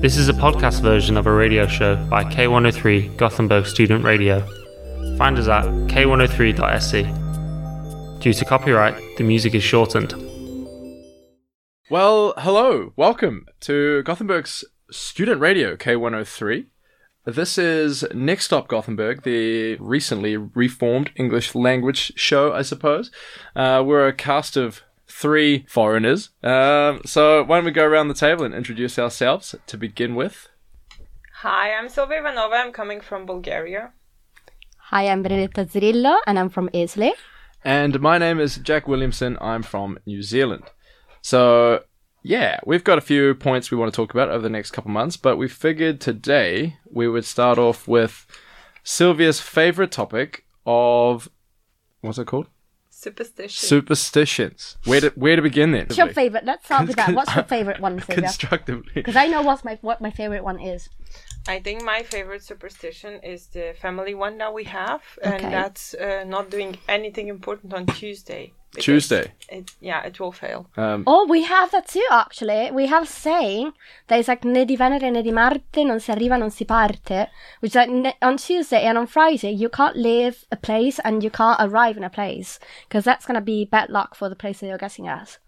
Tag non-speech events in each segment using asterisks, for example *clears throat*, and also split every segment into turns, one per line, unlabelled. This is a podcast version of a radio show by K103 Gothenburg Student Radio. Find us at k103.sc. E. Due to copyright, the music is shortened.
Well, hello. Welcome to Gothenburg's student radio, K103. This is Next Stop Gothenburg, the recently reformed English language show, I suppose. Uh, we're a cast of three foreigners. Um, so, why don't we go around the table and introduce ourselves to begin with?
Hi, I'm Silvia Ivanova. I'm coming from Bulgaria.
Hi, I'm Benedetta Zirillo and I'm from Islay.
And my name is Jack Williamson. I'm from New Zealand. So, yeah, we've got a few points we want to talk about over the next couple months, but we figured today we would start off with Sylvia's favorite topic of what's it called?
Superstition.
Superstitions. Where to, where to begin then?
What's your favorite? Let's start with that. What's your favorite one, Sylvia?
Constructively.
Because I know what's my what my favorite one is.
I think my favorite superstition is the family one that we have, and
Okay.
that's uh, not doing anything important on Tuesday. because
Tuesday.
It, yeah, it will fail.
Um,
Oh, we have that too. Actually, we have saying that is like né di venere né di Marte non si arriva non si parte, which is like ne- on Tuesday and on Friday you can't leave a place and you can't arrive in a place because that's gonna be bad luck for the place that you're guessing at.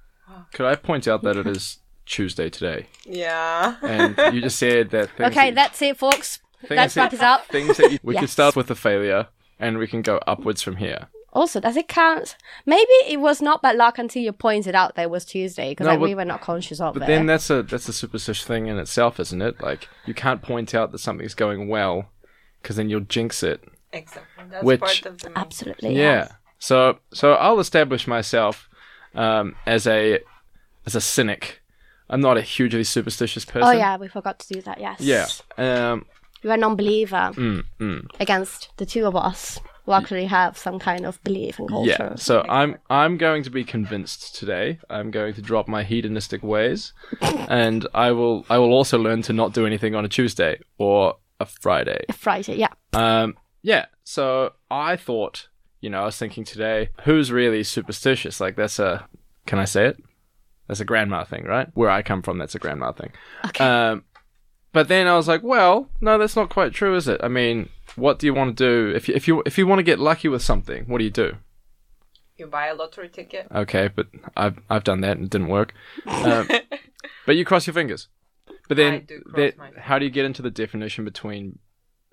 could I point out that it is Tuesday today?
Yeah.
And you just said that things
Okay,
that,
that's it, folks.
things
Let's
that-
wrap this up.
Things that you, we could
Yes.
start with a failure and we can go upwards from here.
Also, does it count? Maybe it was not bad luck until you pointed out that it was Tuesday because
No,
like,
but-
we were not conscious of
But
it.
then that's a that's a superstitious thing in itself, isn't it? Like you can't point out that something's going well because then you'll jinx it.
exactly. That's
Which-
part of the. main-
Absolutely.
Yeah. So so I'll establish myself um, as a as a cynic. I'm not a hugely superstitious person.
Oh yeah, we forgot to do that. Yes.
Yeah. Um,
You're a non-believer
mm, mm,
against the two of us who actually have some kind of belief and culture.
yeah. So I'm I'm going to be convinced today. I'm going to drop my hedonistic ways, and I will I will also learn to not do anything on a Tuesday or a Friday.
Friday. Yeah.
Um, yeah. So I thought, you know, I was thinking today, who's really superstitious? Like that's a, can I say it? That's a grandma thing, right? Where I come from, that's a grandma thing.
Okay.
Um, but then I was like, well, no, that's not quite true, is it? I mean, what do you want to do if you, if you if you want to get lucky with something? What do you do?
You buy a lottery ticket.
Okay, but I've I've done that and it didn't work.
*laughs*
Um, but you cross your fingers. But
I
then,
do cross
that-
my fingers.
how do you get into the definition between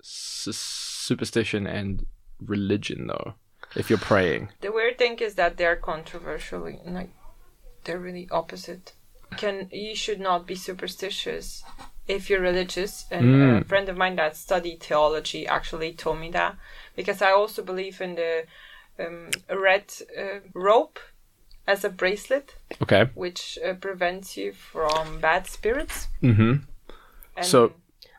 su- superstition and religion, though? If you're praying,
The weird thing is that they're controversially like they're really opposite. Can you should not be superstitious if you're religious. And a friend of mine that studied theology actually told me that because I also believe in the um, red uh, rope as a bracelet,
okay.
which uh, prevents you from bad spirits.
hmm
And
So-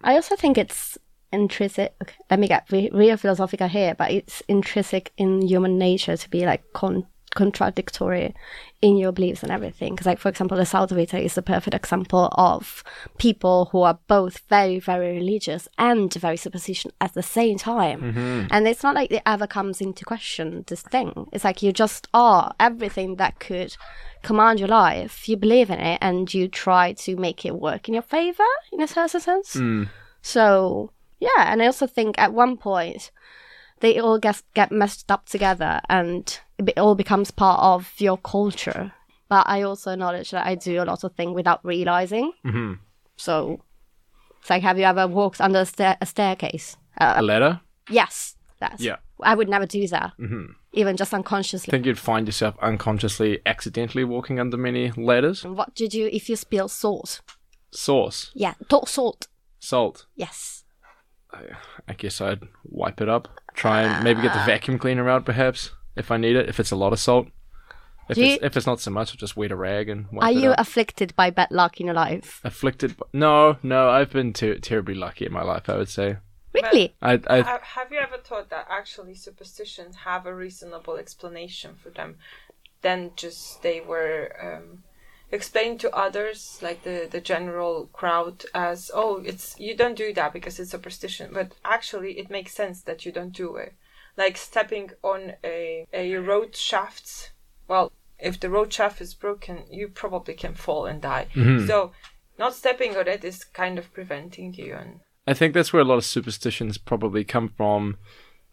I also think it's intrinsic. Okay, let me get re- real philosophical here, but it's intrinsic in human nature to be like con- contradictory in your beliefs and everything. Because, like for example, the Salvator is the perfect example of people who are both very, very religious and very superstitious at the same time. And it's not like it ever comes into question this thing. It's like you just are everything that could command your life. You believe in it and you try to make it work in your favor, in a certain sense. So yeah, and I also think at one point they all get get messed up together, and it be- all becomes part of your culture. But I also acknowledge that I do a lot of things without realizing.
Mhm.
So it's like, have you ever walked under a, stair- a staircase?
a
Uh,
letter.
yes, that's
Yeah.
I would never do that,
hmm
even just
I
unconsciously.
think you'd find yourself unconsciously, accidentally walking under many letters.
And what do you do if you spill salt?
Sauce,
Yeah, talk salt.
salt.
Yes.
I guess I'd wipe it up. Try and maybe
Ah.
get the vacuum cleaner out, perhaps, if I need it. If it's a lot of salt. If,
Do you-
it's, if it's not so much, I'll just wet a rag and wipe
Are
it
you
up.
afflicted by bad luck in your life?
afflicted by... no no i've been ter- terribly lucky in my life i would say
Really?
i i
Ha- have you ever thought that actually superstitions have a reasonable explanation for them than just they were um, explained to others, like the, the general crowd, as oh, it's you don't do that because it's superstition, but actually it makes sense that you don't do it. Like stepping on a, a road shaft. Well, if the road shaft is broken, you probably can fall and die. So not stepping on it is kind of preventing you and
I think that's where a lot of superstitions probably come from.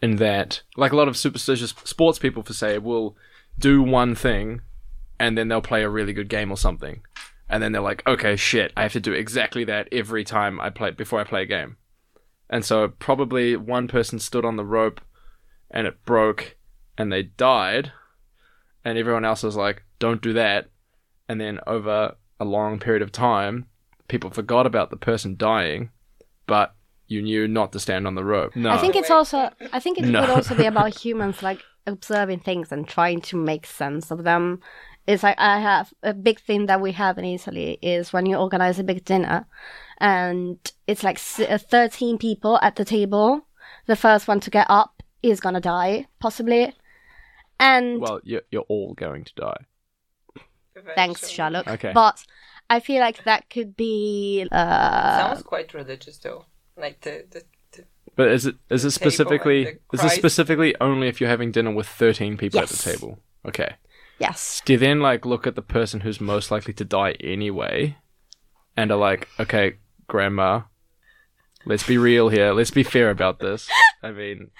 In that, like a lot of superstitious sports people, for say, will do one thing, and then they'll play a really good game or something, and then they're like, okay, shit, I have to do exactly that every time I play before I play a game, and so probably one person stood on the rope, and it broke, and they died, and everyone else was like, don't do that, and then over a long period of time, people forgot about the person dying but you knew not to stand on the rope. No.
I think it's also. I think
*laughs*
it
No.
would also be about humans like observing things and trying to make sense of them. It's like I have a big thing that we have in Italy is when you organize a big dinner, and it's like s- uh, thirteen people at the table. The first one to get up is gonna die, possibly. And
well, you're, you're all going to die.
thanks,
eventually.
Sherlock.
Okay.
But I feel like that could be uh,
Sounds quite religious though. Like the, the, the
But is it is it
The table
specifically
and the
is it
Christ.
specifically only if you're having dinner with thirteen people at
Yes.
the table? Okay.
yes,
Do you then like look at the person who's most likely to die anyway, and are like, okay, grandma, let's be real here. Let's be fair about this. I
*laughs*
mean,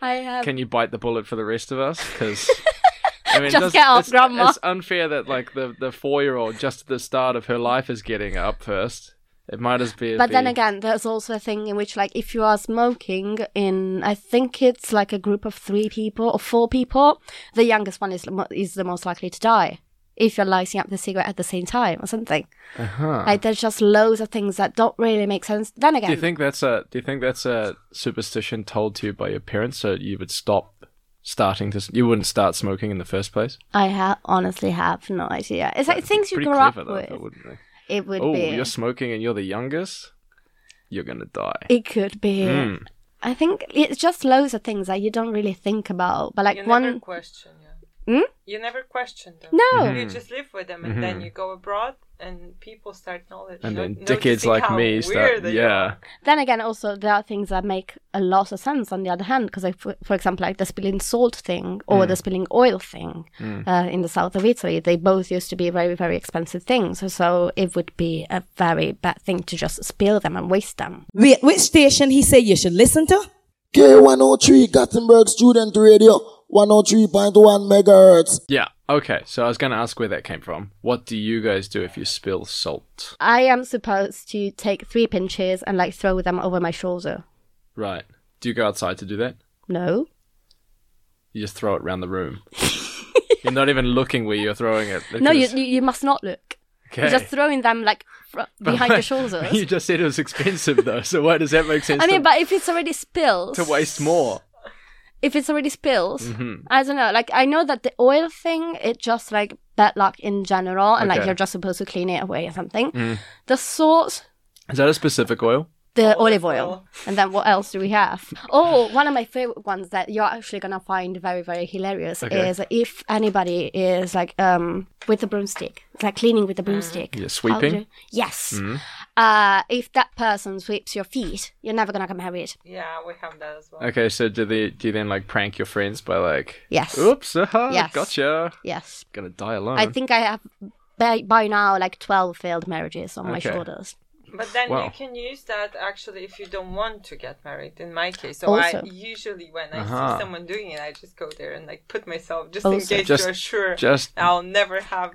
I have.
can you bite the bullet for the rest of us? Because
*laughs*
I mean, it
Just
does-
get up,
it's,
Grandma.
It's unfair that like the the four year old just at the start of her life is getting up first. It might as be.
But then
be-
again, there's also a thing in which, like, if you are smoking in, I think it's like a group of three people or four people, the youngest one is mo- is the most likely to die if you're lighting up the cigarette at the same time or something.
Uh-huh.
Like, there's just loads of things that don't really make sense. Then
Do you
again,
think that's a Do you think that's a superstition told to you by your parents, so you would stop starting to? s- You wouldn't start smoking in the first place.
I ha- honestly have no idea. It's like things you
Pretty
grew
clever
up
though,
with.
that wouldn't they?
It would
Oh,
be.
you're smoking and you're the youngest. You're gonna die.
It could be.
Mm.
I think it's just loads of things that you don't really think about. But like
you
one,
never question yeah.
Hmm?
You never question them.
no.
Mm-hmm.
You just live with them and then you go abroad and people start knowledge.
And
no-
then dickheads
noticing
like
how
me
weird
start.
they
Yeah,
are.
Then again, also there are things that make a lot of sense. On the other hand, because for, for example, like the spilling salt thing or
Mm.
the spilling oil thing uh, in the south of Italy, they both used to be very very expensive things. So it would be a very bad thing to just spill them and waste them.
Wait, which station he say you should listen to?
K103 Gothenburg Student Radio 103.1 megahertz.
yeah. Okay, so I was gonna ask where that came from. What do you guys do if you spill salt?
I am supposed to take three pinches and like throw them over my shoulder.
Right. Do you go outside to do that?
No,
You just throw it around the
*laughs*
room. You're not even looking where you're throwing it.
no, you,
because-
you you must not look.
Okay.
You're just throwing them like
*laughs*
fr- behind your
You
shoulders.
just said it was expensive though, so why does that make sense
I mean,
to,
but if it's already spilled,
to waste more?
if it's already spills,
Mm-hmm.
I don't know. Like I know that the oil thing, it just like bad luck in general, and like
Okay. Mm.
you're just supposed to clean it away or something. The salt,
Is that a specific oil?
the
Olive
olive oil.
oil.
and then what else do we have? Oh, one of my favorite ones that you're actually gonna find very very hilarious
Okay.
is if anybody is like um with a broomstick, like cleaning with a broomstick,
Yeah,
How do-
sweeping. Mm-hmm.
yes. Uh, if that person sweeps your feet, you're never gonna get married.
Yeah, we have that as well.
Okay, so do they do you then like prank your friends by like
Yes.
Oops, haha,
Yes.
gotcha.
Yes.
Gonna die alone.
I think I have by, by now like 12 failed marriages on my
Okay.
shoulders.
But then
Wow.
you can use that actually if you don't want to get married. In my case, so I
Also.
usually when I
Uh-huh.
see someone doing it, I just go there and like put myself just in
Also.
case
Just-
you're sure
just-
I'll never have.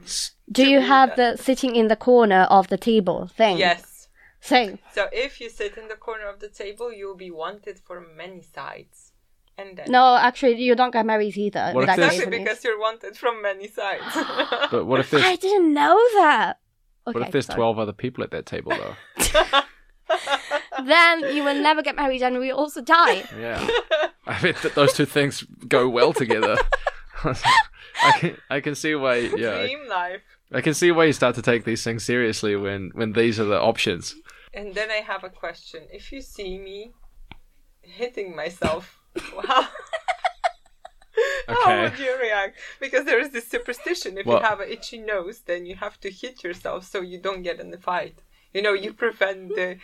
Do you have the sitting in the corner of the table thing?
Yes.
Same.
So if you sit in the corner of the table, you'll be wanted for many sides, and then
No, actually, you don't get married either.
What
with
if
that
there's-
exactly
reasoning.
because you're wanted from many sides.
But what if there's
I didn't know that. Okay,
what if there's
sorry.
twelve other people at that table
*laughs*
though?
Then you will never get married and we also die.
Yeah. I bet that those two things go well together. *laughs* I can, I can see why *laughs* yeah
*laughs*
I,
Dream life.
I can see why you start to take these things seriously when when these are the options.
And then I have a question. If you see me hitting myself, *laughs* how, how
Oh
Okay.
would you react? Because there is this superstition if
Well-
you have an itchy nose, then you have to hit yourself so you don't get in the fight. You know, you prevent the.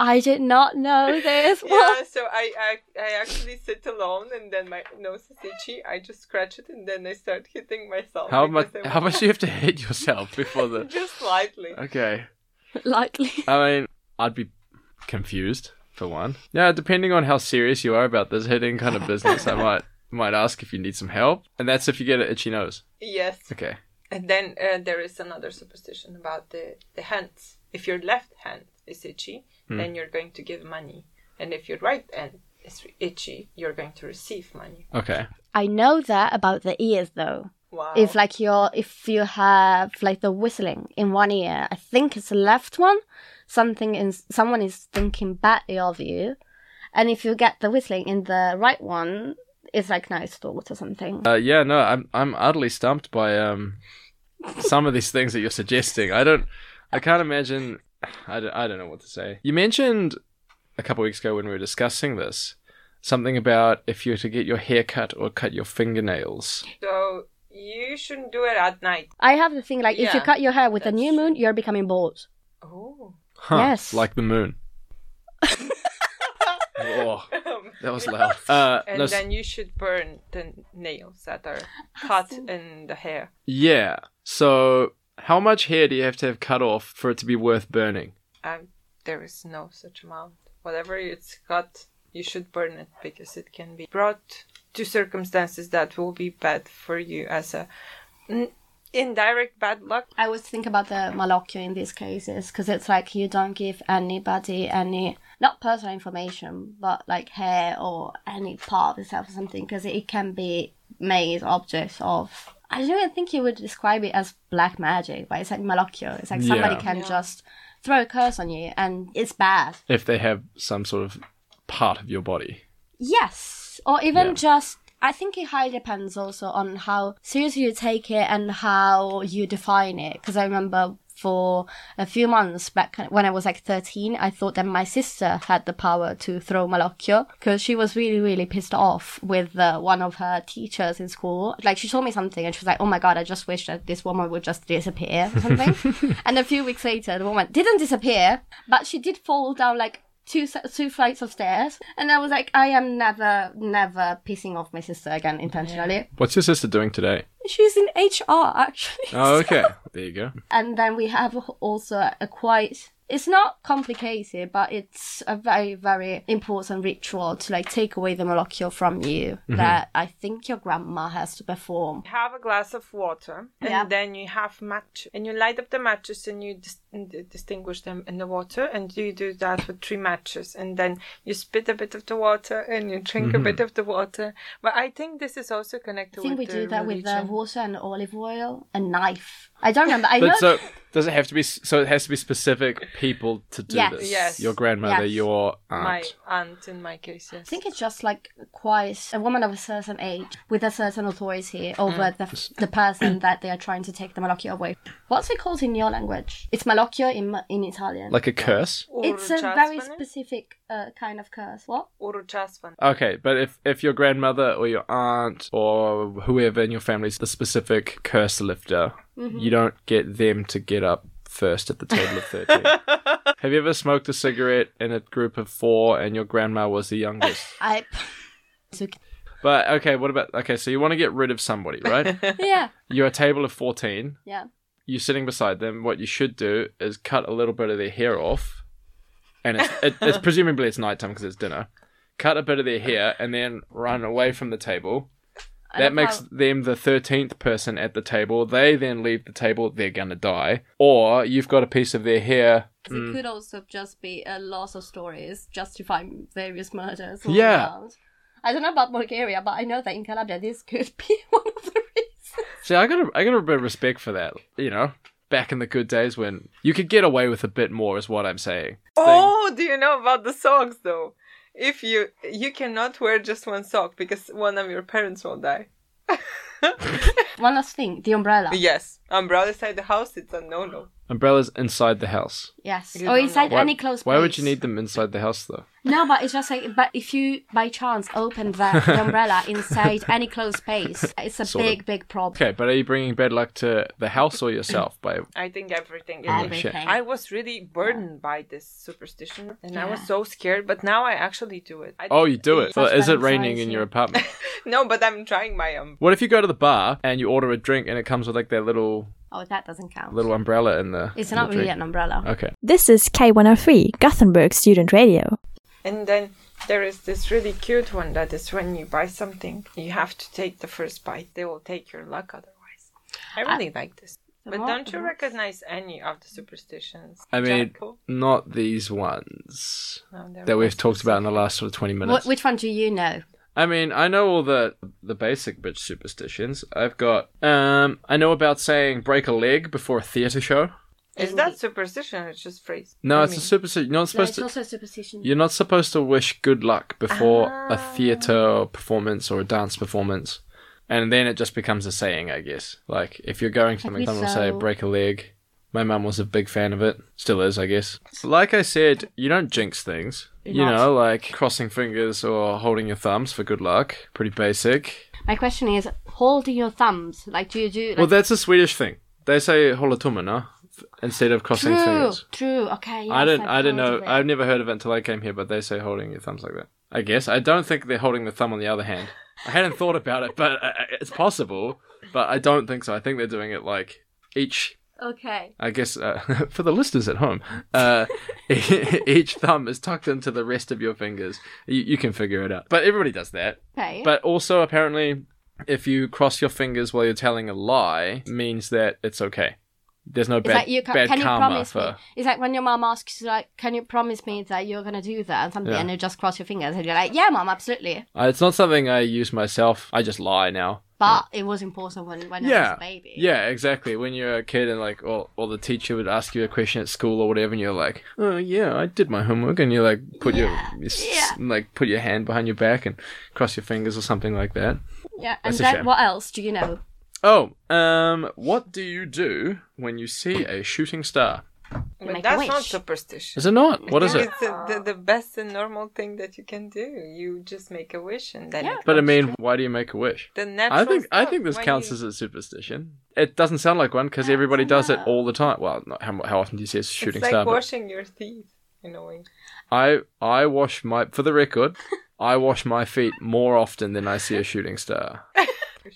I did not know this.
*laughs*
*laughs*
yeah, so I, I I actually sit alone and then my nose is itchy. I just scratch it and then I start hitting myself.
How much?
because I
How much do you have to
*laughs*
hit yourself before the?
Just slightly.
Okay.
What? *laughs* Likely.
I mean, I'd be confused for one. Yeah, depending on how serious you are about this hitting kind of business,
*laughs*
I might might ask if you need some help. And that's if you get an itchy nose.
Yes.
Okay.
And then uh, there is another superstition about the, the hands. If your left hand is itchy,
Hmm.
then you're going to give money. And if your right hand is itchy, you're going to receive money.
Okay.
I know that about the ears though.
Wow.
If like your if you have like the whistling in one ear, I think it's the left one. Something is someone is thinking badly of you, and if you get the whistling in the right one, it's like nice thought or something.
Uh, yeah, no, I'm I'm utterly stumped by um some of these things that you're suggesting. I don't, I can't imagine. I don't, I don't know what to say. You mentioned a couple weeks ago when we were discussing this something about if you're to get your hair cut or cut your fingernails.
so you shouldn't do it at night.
I have the thing like if you
yeah,
cut your hair with the
that's
new moon, you're becoming bald.
Oh.
Huh,
Yes.
like the
*laughs*
moon. oh, that was
*laughs*
loud. Uh,
*laughs* and
no, s-
then you should burn the nails that are cut in the hair.
yeah. So, how much hair do you have to have cut off for it to be worth burning?
Um, there is no such amount. Whatever it's cut, you should burn it because it can be brought to circumstances that will be bad for you as a n- indirect bad luck.
I always think about the malocchio in these cases because it's like you don't give anybody any not personal information, but like hair or any part of yourself or something because it can be made objects of. I don't even think you would describe it as black magic, but it's like malocchio. It's like somebody
Yeah.
can just throw a curse on you and it's bad.
If they have some sort of part of your body.
Yes, or even
Yeah.
just. I think it highly depends also on how seriously you take it and how you define it. Because I remember for a few months back when I was like 13, I thought that my sister had the power to throw Malocchio because she was really, really pissed off with uh, one of her teachers in school. Like she told me something and she was like, oh my God, I just wish that this woman would just disappear or something. and a few weeks later, the woman didn't disappear, but she did fall down like two se- two flights of stairs, and I was like, I am never, never pissing off my sister again intentionally.
What's your sister doing today?
She's in HR actually.
Oh, okay. there you go.
*laughs* And then we have also a quite. It's not complicated, but it's a very, very important ritual to like take away the malocchio from you
Mm-hmm.
that I think your grandma has to perform.
You have a glass of water, and
Yeah.
then you have match, and you light up the matches, and you dis- d- distinguish them in the water, and you do that with three matches, and then you spit a bit of the water, and you drink a bit of the water. But I think this is also connected.
I think we
with
do
the
that with uh,
religion.
water and olive oil and knife. I don't remember. I know
But so does it have to be? s- So it has to be specific people to do
Yes.
this.
Yes.
Your grandmother,
Yes.
your aunt.
my aunt in my case. Yes.
I think it's just like quite a woman of a certain age with a certain authority over
Mm.
the, the
*clears throat*
person that they are trying to take the malocchio away. What's it called in your language? It's malocchio in in Italian.
Like a curse.
it's a
Uručasvane?
very specific uh, kind of curse. What?
Uručasvane.
Okay, but if if your grandmother or your aunt or whoever in your family's the specific curse lifter, you don't get them to get up first at the table of 13. Have you ever smoked a cigarette in a group of 4 and your grandma was the youngest?
I.
But okay, what about okay, so you want to get rid of somebody, right?
*laughs* yeah,
You're a table of 14,
yeah.
you're sitting beside them, what you should do is cut a little bit of their hair off, and it's, it, it's presumably it's nighttime because it's dinner. Cut a bit of their hair and then run away from the table. That
love
makes
how-
them the thirteenth person at the table. They then leave the table. They're gonna die, or you've got a piece of their hair.
It could also just be a loss of stories justifying various murders.
all Yeah. around.
I don't know about Bulgaria, but I know that in Calabria this could *laughs* be one of the reasons.
See, I got a, I got a bit of respect for that. You know, back in the good days when you could get away with a bit more, is what I'm saying.
Oh, do you know about the socks though? If you you cannot wear just one sock because one of your parents will die.
One last thing, the umbrella.
Yes, umbrella inside the house it's a no no.
Umbrellas inside the house.
Yes.
You
or
don't
inside
know.
Why-
any closed
Why would
place.
you need them inside the house though?
No, but it's just like, but if you by chance
*laughs*
open the, the umbrella inside any closed space, it's a
Sort of.
big, big problem.
Okay, but are you bringing bad luck to the house or yourself *laughs* by
I think everything is
Everything.
Everything.
I was really burdened by this superstition and I was
Yeah.
so scared, but now I actually do it. I
Oh, you
*laughs*
do it. So
That's
is
what
it
I'm
raining
trying
in
to-
your
*laughs*
apartment?
No, but I'm trying my um.
What if you go to the bar and you order a drink and it comes with like that little
oh, that doesn't count.
little umbrella in the
it's
in
not
the
really
drink?
an umbrella.
Okay.
This is K103, Gothenburg Student Radio.
And then there is this really cute one that is when you buy something, you have to take the first bite. They will take your luck otherwise. I really like this.
The
But
more-
don't
the
you
more-
recognize any of the superstitions?
I mean
Jacko?
not these ones
No, they're
that we've
not
talked about in the last sort of twenty minutes.
What, which one do you know?
I mean, I know all the the basic bitch superstitions. I've got um I know about saying break a leg before a theatre show.
Is that superstition or it's just phrase?
No,
I
it's a
mean,
superstition. You're not
No,
supposed
it's
to
also a superstition.
You're not supposed to wish good luck before a
Ah.
theatre performance or a dance performance. And then it just becomes a saying, I guess. Like, if you're going to the
Like we
McDonald's, say,
saw-
break a leg. My mum was a big fan of it. Still is, I guess. Like I said, you don't jinx things. You
not.
know, like crossing fingers or holding your thumbs for good luck. Pretty basic.
My question is holding your thumbs. Like, do you do. Like,
Well, that's a Swedish thing. They say hålla tummen, no? F- Instead of crossing
true,
fingers.
true. Okay. Yes,
I didn't.
I've
I didn't
heard
know.
of it.
I've never heard of it until I came here. But they say holding your thumbs like that. I guess. I don't think they're holding the thumb on the other hand. I hadn't thought about it, but I- I- it's possible. But I don't think so. I think they're doing it like each.
Okay.
I guess uh, *laughs* for the listeners at home, uh, *laughs* each thumb is tucked into the rest of your fingers. You, you can figure it out. But everybody does that.
Okay.
But also apparently, if you cross your fingers while you're telling a lie, means that it's okay. There's no
it's
bad,
like you ca-
bad
can you
karma
promise
for.
me? It's like when your mom asks, you, like, "Can you promise me that you're gonna do that?" and something,
Yeah.
and you just cross your fingers, and you're like, "Yeah, mom, absolutely."
Uh, it's not something I use myself. I just lie now.
But it was important when when I was
yeah.
a baby.
Yeah, exactly. When you're a kid and like, or, or the teacher would ask you a question at school or whatever, and you're like, oh yeah, I did my homework, and you like put your, you s-
Yeah.
like put your hand behind your back and cross your fingers or something like that.
Yeah. And
That's a
then
shame.
what else do you know?
Oh, um, what do you do when you see a shooting star?
You
But
make
that's
a wish.
not superstition.
Is it not?
*laughs*
What is it?
It's the, the, the best and normal thing that you can do. You just make a wish and then.
Yeah.
it
But I
comes
mean,
true.
why do you make a wish?
the natural.
I think I
stuff,
think this
when
counts
you-
as a superstition. It doesn't sound like one because everybody does it all the time. Well, not how, how often do you see a shooting
It's like
star? but-
washing your teeth in a way.
I I wash my for the record, I wash my feet more often than I see a shooting star.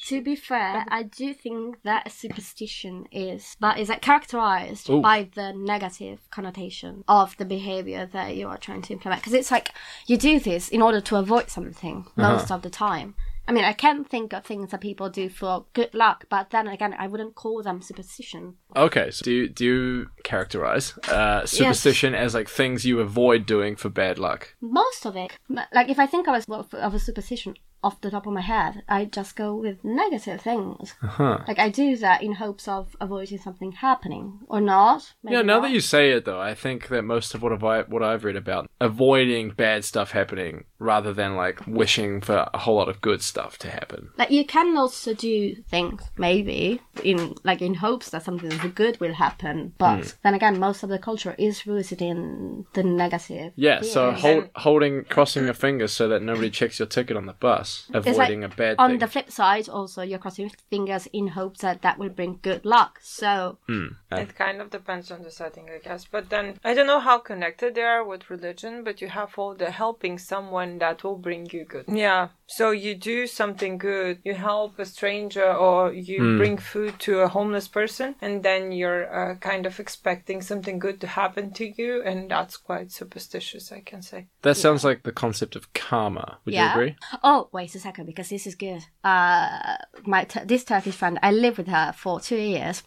To be fair, I do think that superstition is that is like, characterized
Ooh.
by the negative connotation of the behavior that you are trying to implement. Because it's like you do this in order to avoid something most
Uh-huh.
of the time. I mean, I can think of things that people do for good luck, but then again, I wouldn't call them superstition.
Okay, so do you, do you characterize uh, superstition as like things you avoid doing for bad luck?
Most of it, m- like if I think of a, s- of a superstition off the top of my head, I just go with negative things.
Uh-huh.
Like I do that in hopes of avoiding something happening or not. maybe
yeah, now
not.
that you say it though, I think that most of what have I what I've read about avoiding bad stuff happening rather than like wishing for a whole lot of good stuff to happen.
Like you can also do things maybe in like in hopes that something good will happen, but
Hmm.
then again, most of the culture is rooted in the negative.
Yeah, so
feelings.
hold, holding crossing your fingers so that nobody checks your ticket on the bus,
It's like,
avoiding a bad
on
thing.
the flip side, also you're crossing your fingers in hopes that that will bring good luck. So
Hmm.
It kind of depends on the setting, I guess. But then I don't know how connected they are with religion, but you have all the helping someone that will bring you good. Yeah. So you do something good, you help a stranger or you bring food to a homeless person, and then you're uh, kind of expecting something good to happen to you, and that's quite superstitious, I can say.
that sounds like the concept of karma. Would
yeah.
you agree?
Oh, wait a second, because this is good. Uh, my t- this Turkish friend, I lived with her for two years.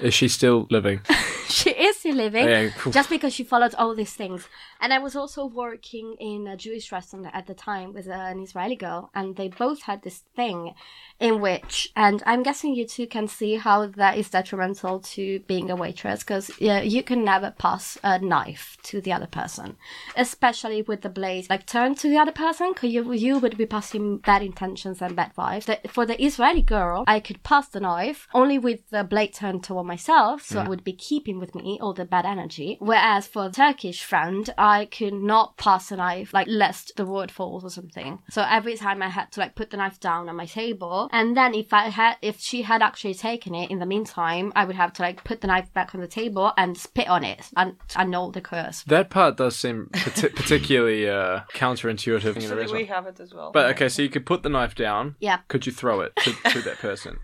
Is she still living?
*laughs* She is fantasy living
Yeah, phew.
just because she followed all these things. And I was also working in a Jewish restaurant at the time with an Israeli girl, and they both had this thing in which, and I'm guessing you two can see how that is detrimental to being a waitress because yeah, you can never pass a knife to the other person, especially with the blade like turned to the other person because you, you would be passing bad intentions and bad vibes. The- For the Israeli girl, I could pass the knife only with the blade turned toward myself, so it would be keeping with me all the bad energy. Whereas for the Turkish friend, I could not pass a knife, like lest the word falls or something. So every time I had to like put the knife down on my table, and then if I had, if she had actually taken it in the meantime, I would have to like put the knife back on the table and spit on it and annul the curse.
That part does seem
*laughs*
parti- particularly uh, counterintuitive. in a
Actually, we
restaurant.
have it as well.
But uh, okay, so you could put the knife down.
Yeah.
Could you throw it
*laughs*
to, to that person?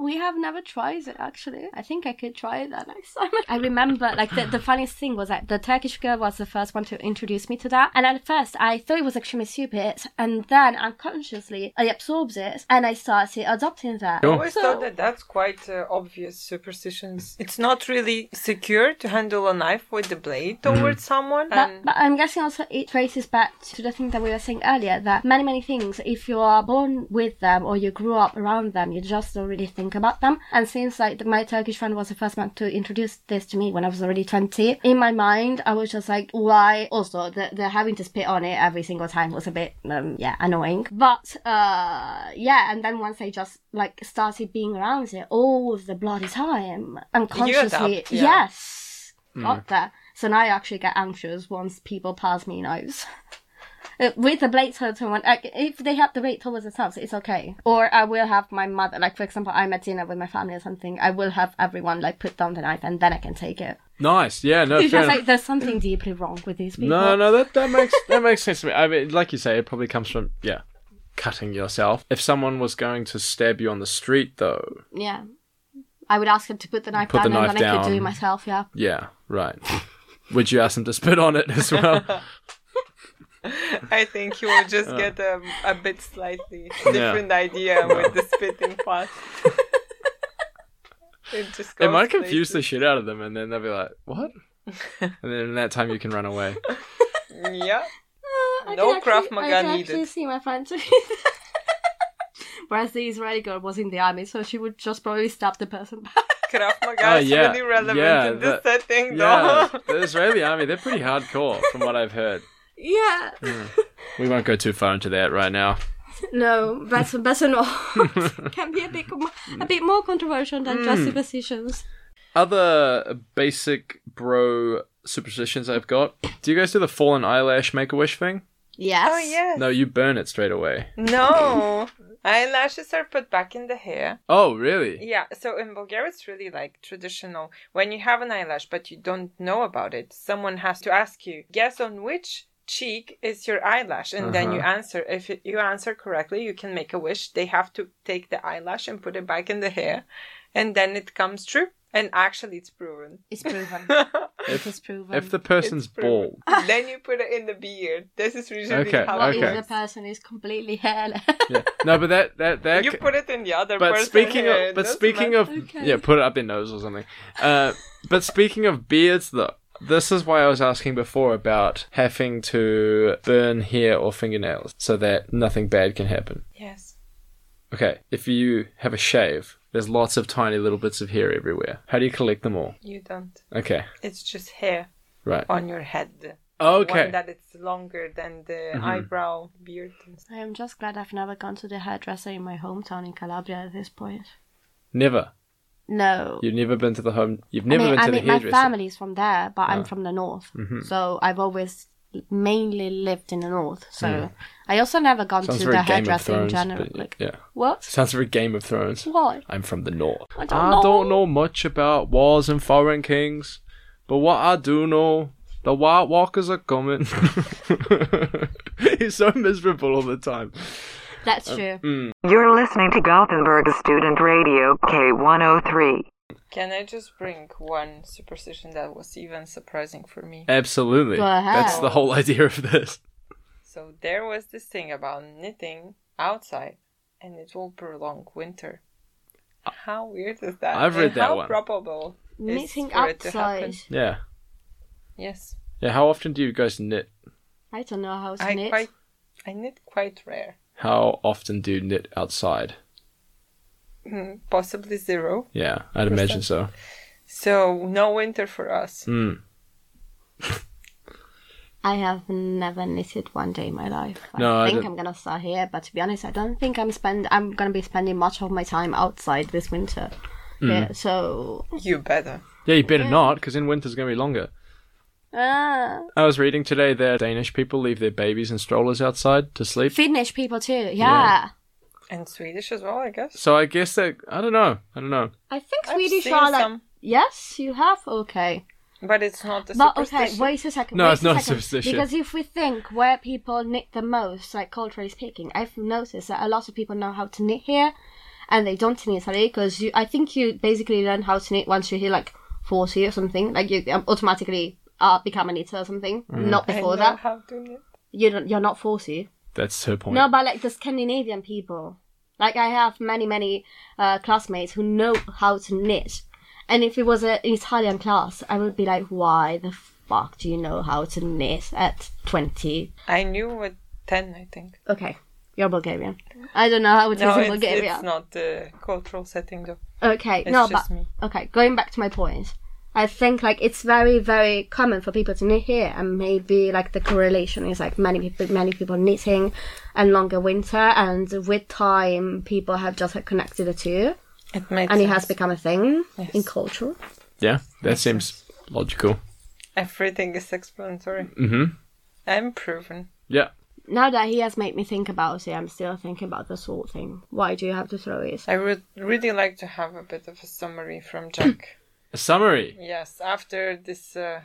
We have never tried it actually. I think I could try it that next time. I remember like the, the funniest thing was that the Turkish girl was the first one to introduce me to that. And at first I thought it was extremely stupid and then unconsciously I absorbed it and I started adopting that.
I always thought that that's quite uh, obvious superstitions. It's not really secure to handle a knife with the blade towards someone.
But,
And
but I'm guessing also it traces back to the thing that we were saying earlier that many, many things, if you are born with them or you grew up around them, you just don't really think about them. And since like my Turkish friend was the first one to introduce this to me when I was already 20, in my mind, I was just like, why? Also, the, the having to spit on it every single time was a bit, um, yeah, annoying. But, uh, yeah, and then once I just like started being around it all the bloody time, unconsciously,
adapt, yeah.
yes
Mm.
got there. So now I actually get anxious once people pass me knives. *laughs* Uh, With the blade towards someone, like, if they have the blade towards themselves, it's okay. Or I will have my mother, like for example, I'm at dinner with my family or something. I will have everyone like put down the knife and then I can take it.
Nice. Yeah. No.
It's
Fair
just
enough.
like there's something deeply wrong with these people.
No, no, that, that makes that makes sense to me. I mean, like you say, it probably comes from yeah, cutting yourself. If someone was going to stab you on the street, though,
Yeah, I would ask them to put the knife
Put the
down
knife
and then I could do
down.
it myself. Yeah.
yeah, right. Would you ask them to spit on it as well?
I think you will just get a, a bit slightly different idea with the spitting
*laughs*
part. it just
it
goes
might confuse the
places.
shit out of them, and then they'll be like, "What?" And then in that time, you can run away.
Yeah.
I
No
can
Krav
actually-
Maga
I can actually
needed.
see my friend. *laughs* Whereas the Israeli girl was in the army, so she would just probably stab the person back.
Krav Maga
Oh,
is
yeah,
really relevant
yeah,
in this
that-
setting,
Yeah,
though.
the Israeli army—they're pretty hardcore, from what I've heard.
Yeah.
We won't go too far into that right now.
*laughs* No, *laughs* better, better not. Can be a bit, com- a bit more controversial than just superstitions.
Other basic bro superstitions I've got. Do you guys do the fallen eyelash make a wish thing?
Yes.
*laughs* Oh, yes.
No, you burn it straight away.
No. Eyelashes are put back in the hair.
Oh, really?
Yeah, so in Bulgaria it's really like traditional. When you have an eyelash but you don't know about it, someone has to ask you, guess on which cheek is your eyelash and then
Uh-huh.
you answer if it- you answer correctly you can make a wish they have to take the eyelash and put it back in the hair and then it comes true and actually it's proven
It's proven. it is proven.
If the person's bald,
*laughs* then you put it in the beard this is usually
Okay,
how
if
it
okay.
the
works.
person is completely hairless. *laughs*
yeah. no, but that that that.
you put it in the other
but
person's
speaking
hair,
of, but
doesn't
speaking
matter.
of, yeah, put it up their nose or something. Uh, but speaking of beards, though, this is why I was asking before about having to burn hair or fingernails so that nothing bad can happen.
yes
Okay, if you have a shave, there's lots of tiny little bits of hair everywhere. How do you collect them all?
you don't
Okay,
it's just hair
right.
on your head
Okay. Mm-hmm.
one that it's longer than the eyebrow beard. and stuff.
I am just glad I've never gone to the hairdresser in my hometown in Calabria at this point.
Never.
No.
You've never been to the home. You've never
I mean,
been to
I mean
the
my
hairdresser. Ah. Mm-hmm.
family's from there, but I'm from the north. So I've always mainly lived in the north. So I also never gone
Mm. Sounds
to
very
the
Game of
hairdresser in
Thrones.
general.
but-
Like,
yeah.
what?
Sounds very Game of Thrones.
Why?
I'm from the north.
I don't
I
know.
don't know much about wars and foreign kings, but what I do know, the White Walkers are coming. *laughs* He's so miserable all the time. Um,
That's true.
mm.
You're listening to Gothenburg Student Radio K103.
Can I just bring one superstition that was even surprising for me?
Eh. Absolutely.
Go ahead.
That's the whole idea of this.
So there was this thing about knitting outside, and it will prolong winter. How weird is that?
Ah. I've read
And
that
how
one.
probable
meeting
for it to happen.
outside.
Yeah.
Yes,
Yeah. How often do you guys knit?
I don't know how to
I
knit.
quite, I knit quite rare.
How often do you knit outside?
Mm, Possibly zero.
Yeah, I'd imagine so.
So no winter for us.
Hmm.
I have never knitted one day in my life.
No, I
I think
don't-
I'm gonna start here, but to be honest, I don't think I'm spend. I'm gonna be spending much of my time outside this winter.
Mm.
Yeah, so
You better.
Yeah, you better not, because in winter's gonna be longer.
ah,
I was reading today that Danish people leave their babies and strollers outside to sleep.
Finnish people too. Yeah,
Yeah.
And Swedish as well, I guess.
So I guess that I don't know. I don't know.
I think
I've
Swedish
seen
are like.
some.
Yes, you have. Okay,
But it's not the
but okay.
superstition.
Wait a second.
No,
wait
it's not a
second,
superstition.
Because if we think where people knit the most, like culturally speaking, I've noticed that a lot of people know how to knit here, and they don't in Italy because I think you basically learn how to knit once you hit like forty or something. Like you um, automatically uh, become a knitter or something.
Mm.
Not
*laughs* I
before
know
that,
how to knit.
you don't, you're not forty.
That's her point.
No, but like the Scandinavian people. Like I have many, many uh, classmates who know how to knit. And if it was a- an Italian class, I would be like, why the fuck do you know how to knit at 20?
I knew at ten, I think.
Okay, you're Bulgarian. I don't know how it is
No,
in
it's,
Bulgaria.
it's not the cultural setting though.
Okay,
It's
no,
just
but
me.
okay. Going back to my point, I think like it's very, very common for people to knit here, and maybe like the correlation is like many people, many people knitting, and longer winter, and with time, people have just like, connected the two,
It makes
and it
sense.
has become a thing
Yes.
in culture.
Yeah, that seems logical.
Everything is explanatory.
Mm-hmm.
I'm proven.
Yeah.
Now that he has made me think about it, I'm still thinking about the salt thing. Why do you have to throw it?
I would really like to have a bit of a summary from Jack.
*coughs*
A summary.
yes, after this uh,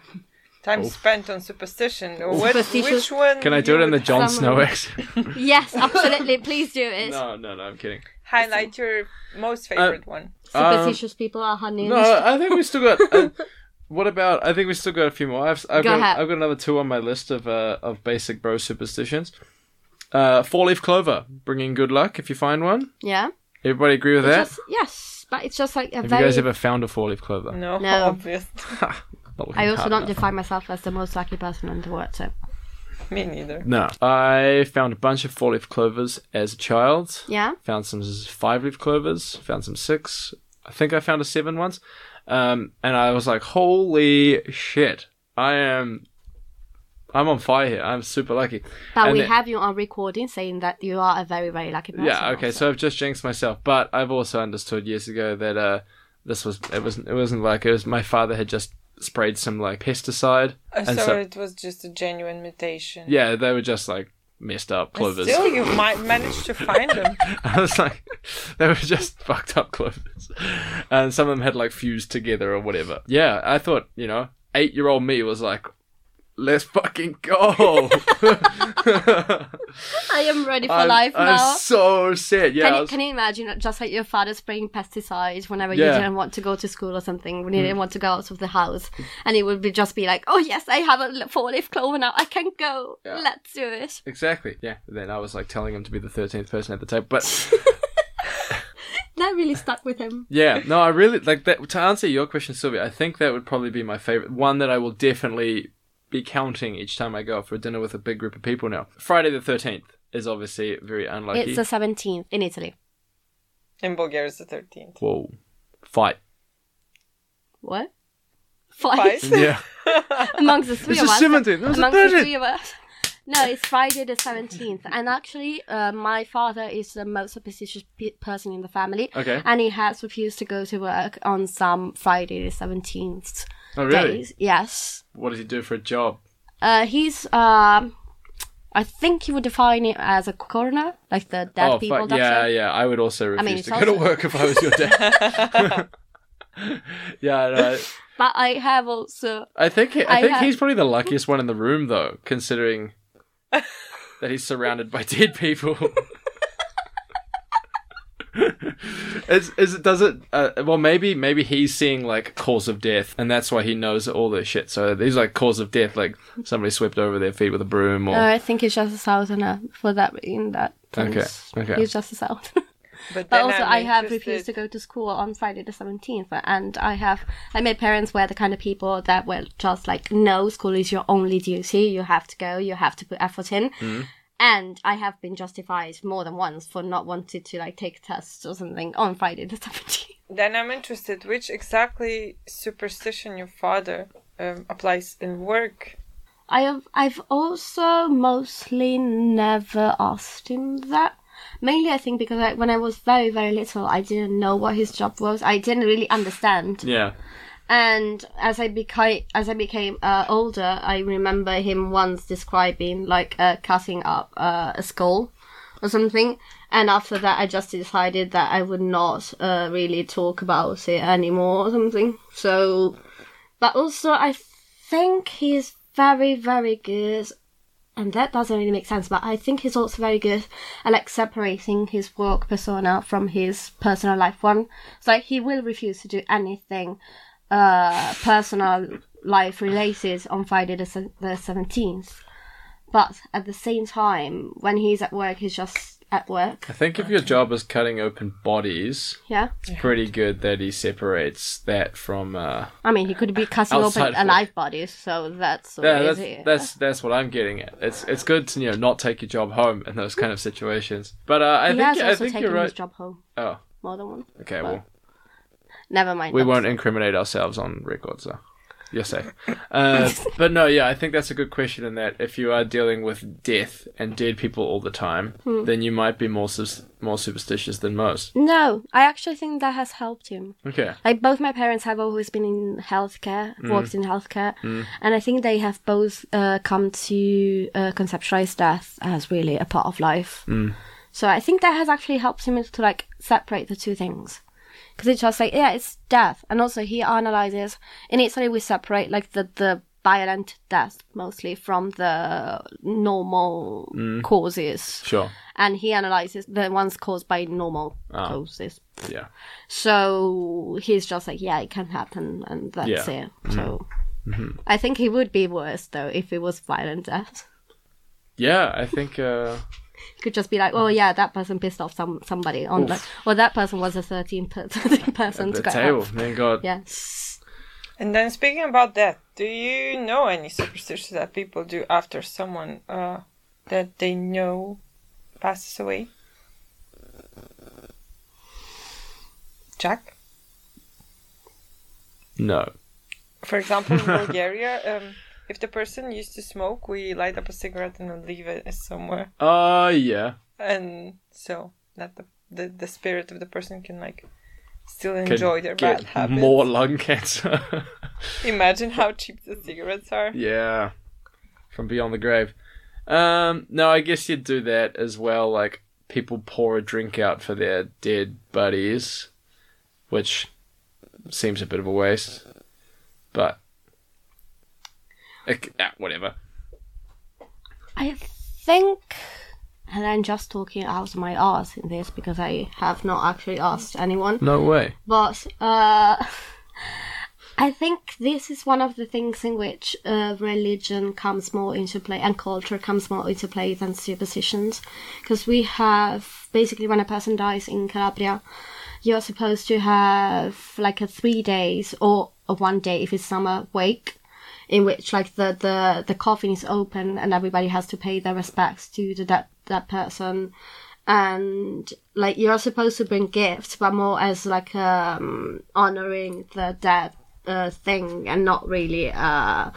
time spent on superstition, or what,
Superstitious.
which one?
Can I do
you
it in the
would
John Snow
summary.
*laughs* accent?
yes, absolutely. Please do
*laughs*
it.
no, um, no, no. I'm kidding.
Highlight your
Uh,
most favorite one.
Superstitious people are honey.
No, I think we still got. Uh, *laughs* what about? I think we still got a few more. I've, I've
Go
got.
ahead.
I've got another two on my list of uh, of basic bro superstitions. Uh, four leaf clover, bringing good luck if you find one.
*laughs* yeah.
Everybody agree with
It's
that?
just- yes, but it's just like a
Have
very.
you guys ever found a four leaf clover?
No, *laughs*
No.
obvious.
*laughs* Not looking
I also
hard
don't
enough.
define myself as the most lucky person in the world, so
Me neither.
No, I found a bunch of four leaf clovers as a child.
yeah.
Found some five leaf clovers. Found some six. I think I found a seven once. Um, and I was like, holy shit! I am. I'm on fire here. I'm super lucky.
But
And
we
it-
have you on recording saying that you are a very, very lucky person.
Yeah. Okay.
also.
So I've just jinxed myself, but I've also understood years ago that uh, this was it wasn't it wasn't like it was my father had just sprayed some like pesticide,
Uh,
and
so,
so
it was just a genuine mutation.
yeah, they were just like messed up
But
clovers.
Still, you might manage to find them.
*laughs* I was like, they were just *laughs* fucked up clovers, and some of them had like fused together or whatever. Yeah, I thought you know, eight year old me was like, let's fucking
*laughs*
go.
I am ready for
I'm,
life
I'm
now.
so sad. Yeah,
can,
I
you,
was-
can you imagine just like your father spraying pesticides whenever
Yeah. Mm.
you didn't want to go to school or something, when you didn't want to go out of the house, and it would be just be like, oh yes, I have a four leaf clover now, I can go, let's do it.
Exactly. Yeah. Then I was like telling him to be the thirteenth person at the table, but
That really stuck with him.
yeah, no, I really like that. To answer your question, Sylvia, I think that would probably be my favorite one that I will definitely be counting each time I go out for dinner with a big group of people. Now, Friday the thirteenth is obviously very unlucky.
It's the seventeenth in Italy.
In Bulgaria, it's the thirteenth.
Whoa, fight!
What?
Five.
*laughs* Five.
Yeah,
amongst the three
It's
of
the
us.
17th, it was the
amongst the
13th.
three of us. No, it's Friday the seventeenth, and actually, uh, my father is the most superstitious pe- person in the family.
Okay.
and he has refused to go to work on some Friday the seventeenth
oh really?
days. Yes,
What does he do for a job?
uh, he's. Um, I think you would define it as a coroner, like the dead
oh,
people.
fuck, yeah,
doctor.
yeah. I would also refuse to
mean, it's
go to
also-
work if I was your dad.
*laughs*
yeah, I know.
But I have also
I think I,
I
think
have-
he's probably the luckiest one in the room, though, considering that he's surrounded by dead
*laughs*
people. is, is it does it uh, well maybe maybe he's seeing like cause of death and that's why he knows all this shit so he's like cause of death like somebody swept over their feet with a
Oh,
broom or
Uh, I think he's just a southerner for that in that.
Okay,
sense.
okay.
He's just a southerner.
But
But,
then
also,
I'm
I have
interested-
refused to go to school on Friday the 17th. And I have, like, my parents were the kind of people that were just like, no, school is your only duty. You have to go, you have to put effort in. And I have been justified more than once for not wanting to, like, take tests or something on Friday the *laughs* 17th.
Then I'm interested which exactly superstition your father um, applies in work.
I have I've also mostly never asked him that. Mainly, I think because I, when I was very very little, I didn't know what his job was. I didn't really understand.
Yeah.
And as I became as I became uh, older, I remember him once describing like uh, cutting up uh, a skull or something. And after that, I just decided that I would not uh, really talk about it anymore or something. So, but also I think he's very very good. And that doesn't really make sense, but I think he's also very good at like separating his work persona from his personal life one. So like, he will refuse to do anything uh, personal life related on Friday the se- the seventeenth. But at the same time, when he's at work, he's just at work.
I think if your job is cutting open bodies,
Yeah,
it's pretty good that he separates that from. Uh,
I mean, he could be cutting
Outside
open
work.
alive bodies, so that's
yeah,
already
that's, that's that's what I'm getting at. It's it's good to you know not take your job home in those kind of situations. But uh, I
he
think
has
I
also
think
taken
you're right.
his job home
Oh,
more than one.
okay.
but
Well,
never mind.
we
that's-
won't incriminate ourselves on record, so you're
*laughs*
safe. Uh, but no, yeah, I think that's a good question. In that, if you are dealing with death and dead people all the time,
Hmm.
then you might be more sus- more superstitious than most.
No, I actually think that has helped him.
Okay.
Like both my parents have always been in healthcare,
Mm.
worked in healthcare, and I think they have both uh, come to uh, conceptualize death as really a part of life.
Mm.
So I think that has actually helped him to like separate the two things. Because it's just like, yeah, it's death. And also he analyzes, in Italy we separate like the, the violent death mostly from the normal
Mm.
causes.
Sure.
And he analyzes the ones caused by normal causes.
Yeah.
So he's just like, yeah, it can happen, and that's
Yeah.
it. So I think he would be worse though if it was violent death. *laughs*
Yeah, I think. Uh,
Could just be like, oh yeah, that person pissed off some somebody on like, or that person was a thirteen per- *laughs* 13 person
the
to get
table.
help.
Thank God.
Yeah,
And then speaking about that, do you know any superstitions that people do after someone uh, that they know passes away? Jack,
No.
for
*laughs*
example, in Bulgaria, um, if the person used to smoke, we light up a cigarette and then leave it somewhere,
Oh yeah.
and so that the the, the spirit of the person can like still
Could
enjoy their
get
bad habits.
More lung cancer. *laughs*
Imagine how cheap the cigarettes are.
yeah. From beyond the grave. Um. No, I guess you'd do that as well. Like people pour a drink out for their dead buddies, which seems a bit of a waste, but. Ick, ah, whatever.
I think, and I'm just talking out of my arse in this because I have not actually asked anyone.
No way.
But uh, *laughs* I think this is one of the things in which uh, religion comes more into play and culture comes more into play than superstitions. Because we have basically when a person dies in Calabria, you're supposed to have like a three days or a one day if it's summer wake. In which, like the, the the coffin is open and everybody has to pay their respects to the that that person, and like you're supposed to bring gifts but more as like um honoring the dead uh, thing and not really uh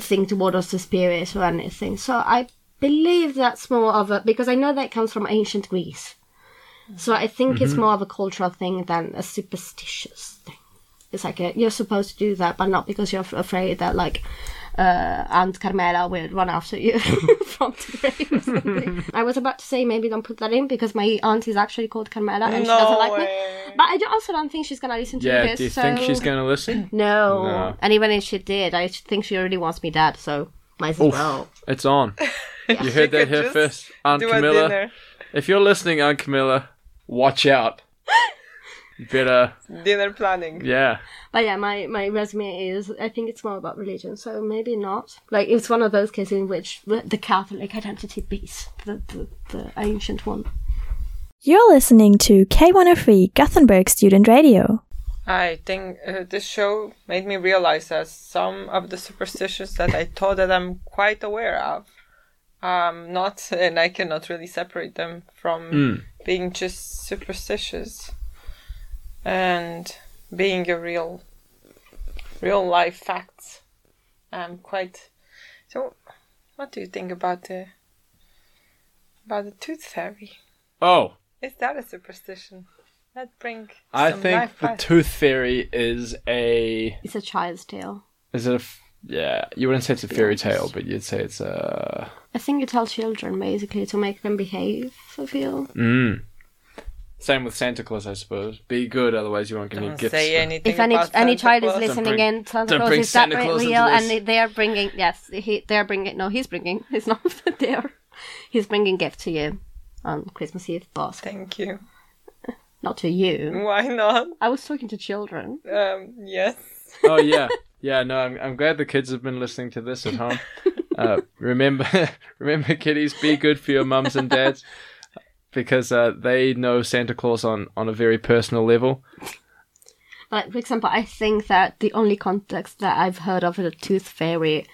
thing towards the spirit or anything so i believe that's more of a because i know that comes from ancient greece so i think it's
Mm-hmm.
more of a cultural thing than a superstitious thing it's like a, you're supposed to do that but not because you're f- afraid that like uh, Aunt Carmela will run after you *laughs* from the grave. or
*laughs*
something. I was about to say maybe don't put that in because my aunt is actually called Carmela and she
No
doesn't like
way.
me. But I don't- also don't think she's gonna listen to
Yeah.
this.
do you
so...
think she's gonna
*laughs*
listen?
No.
No.
And even if she did, I sh- think she already wants me dead. So might as
Oof.
well.
It's on.
*laughs*
You heard that
could
here
just
first, Aunt
Do a
Camilla.
dinner.
If you're listening, Aunt Camilla, watch out. You Better,
Dinner planning.
yeah.
But yeah, my my resume is I think it's more about religion. So maybe not. Like it's one of those cases in which the the Catholic identity beats the the, the ancient one.
You're listening to K103 Gothenburg Student Radio.
I think uh, this show made me realize that some of the superstitions that I thought that I'm quite aware of, um, not, *laughs* and I cannot really separate them from
Hmm.
being just superstitious and being a real, real life facts. I'm quite. So, what do you think about the about the tooth fairy?
Oh,
Is that a superstition? That bring
I
some
think
life
the
back.
tooth fairy is a.
It's a child's tale.
Is it a? f- Yeah, you wouldn't say it's a fairy tale, but you'd say it's a.
I think you tell children basically to make them behave. I feel
Mm. Same with Santa Claus, I suppose. Be good, otherwise you won't get any
Don't
gifts. *laughs*
say anything.
if any
about
any
Santa
child
Claus.
is listening
bring-
in, Santa
don't
Claus
bring
is that
Santa
re-
Claus into
real,
this.
and they are bringing yes, he, they are bringing no, he's bringing *laughs* it's not they are, he's bringing gift to you on Christmas Eve, but
Thank you.
not to you.
*laughs* Why not?
I was talking to children.
Um, yes.
oh yeah, yeah. No, I'm, I'm glad the kids have been listening to this at
*laughs*
home. Uh, remember, *laughs* remember, kiddies, be good for your mums and dads because uh, they know Santa Claus on on a very personal level.
Like for example, I think that the only context that I've heard of the tooth fairy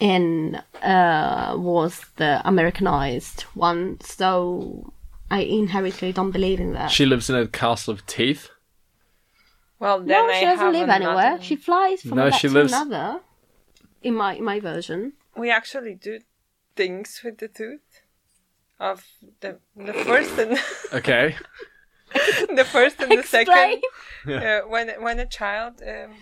in uh, was the Americanized one, so I inherently don't believe in that.
She lives in a castle of teeth.
Well, then
No,
I
she doesn't
have
live
another-
anywhere. She flies from
No,
one
she
to
lives-
another. In my in my version,
We actually do things with the tooth of the the first and *laughs*
Okay.
the first and the
Explain.
second. Uh, when when a child um,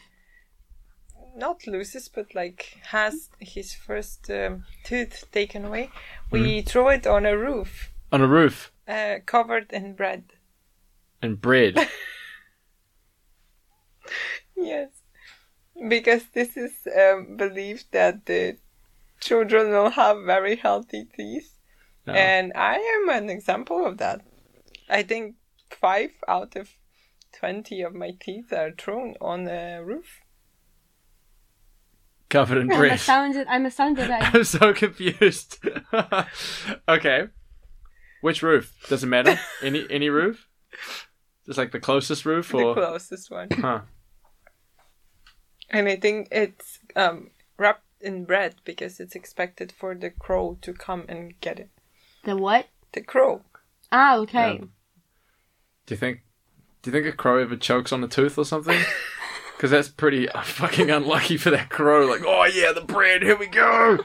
not loses but like has his first um, tooth taken away, we throw it on a roof
On a roof
uh, covered in bread.
and bread.
Yes, because this is um, believed that the children will have very healthy teeth,
No.
and I am an example of that. I think five out of twenty of my teeth are thrown on a roof.
Covered in
I'm *laughs*
bread. *laughs*
astounded. I'm astounded. I,
I'm so confused. *laughs* okay. Which roof? Doesn't matter. Any any roof? Just like the closest roof or
The closest one,
huh.
and I think it's um, wrapped in bread because it's expected for the crow to come and get it.
the what?
The crow.
Ah, okay.
Yeah. Um, Do you think? Do you think a crow ever chokes on a tooth or
*laughs*
something? Because that's pretty *laughs* uh, fucking unlucky for that crow. Like, oh yeah, the bread. Here we go.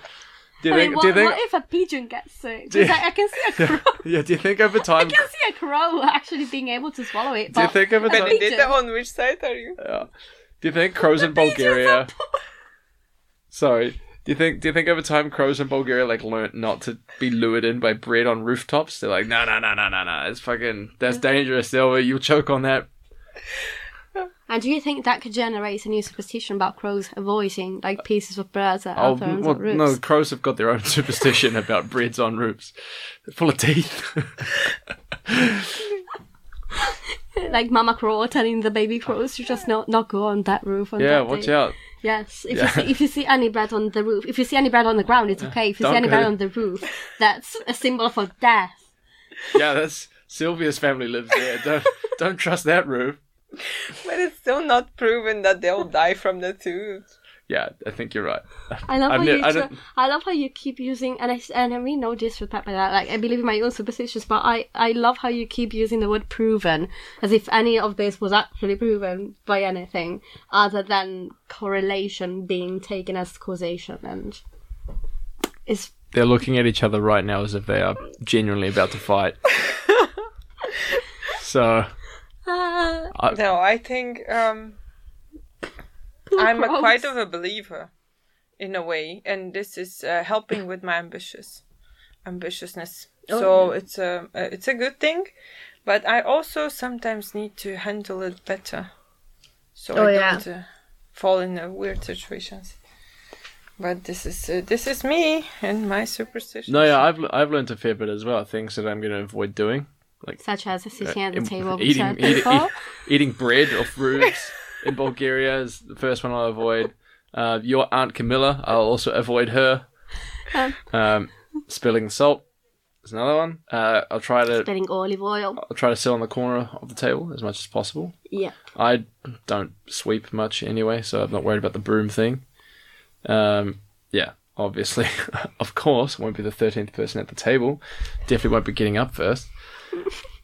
Do you
I mean,
think?
what,
do you think?
what if a pigeon gets sick? Because I, I can see a crow.
*laughs* yeah. Do you think over
*laughs* I
time?
can see a crow actually being able to swallow it.
Do you
but
think over
a
time?
pigeon-
Benedetta, on which side are you?
Yeah. Do you think crows in Bulgaria? Sorry. Do you think? Do you think over time crows in Bulgaria like learnt not to be lured in by bread on rooftops? They're like, no, no, no, no, no, no. It's fucking. That's dangerous, Silver. You'll choke on that.
And do you think that could generate a new superstition about crows avoiding like pieces of bread at
Oh,
other ends
well,
of roofs?
no, crows have got their own *laughs* superstition about breads on roofs. They're full of teeth.
*laughs*
*laughs*
like Mama Crow telling the baby crows to just not not go on that roof. On
yeah,
that
watch
day.
out.
Yes, if
Yeah.
you see if you see any bread on the roof, if you see any bread on the ground, it's okay. If you
Don't
see any
go
bread
there.
on the roof, that's a symbol for death.
Yeah, that's Sylvia's family lives there. Don't *laughs* don't trust that roof.
But it's still not proven that they'll die from the tooth.
Yeah, I think you're right.
I love
I've
how
ne-
you.
I
tr-
don't-
I love how you keep using and I s- and I mean no disrespect by that. Like I believe in my own superstitions, but I I love how you keep using the word proven as if any of this was actually proven by anything other than correlation being taken as causation and. It's
They're looking at each other right now as if they are genuinely about to
*laughs*
fight. so
ah,
No, I think um, I'm a quite of a believer, in a way, and this is uh, helping with my ambitious, ambitiousness.
Oh,
so it's a uh, it's a good thing, but I also sometimes need to handle it better, so
Oh,
I
yeah.
don't uh, fall in uh, weird situations. But this is uh, this is me and my superstition.
no, yeah, I've I've learned a fair bit as well. Things that I'm going to avoid doing, like
such as sitting at the
Uh, em-
table with
eating
certain
eat-
people.
eat- *laughs* eating bread off roofs in Bulgaria is the first one I'll avoid. Uh, your aunt Camilla, I'll also avoid her. Um, spilling salt. There's another one. Uh, I'll try to
Splitting olive oil.
I'll try to sit on the corner of the table as much as possible.
Yeah.
I don't sweep much anyway, so I'm not worried about the broom thing. Um, yeah, obviously, *laughs* of course, won't be the thirteenth person at the table. Definitely won't be getting up first.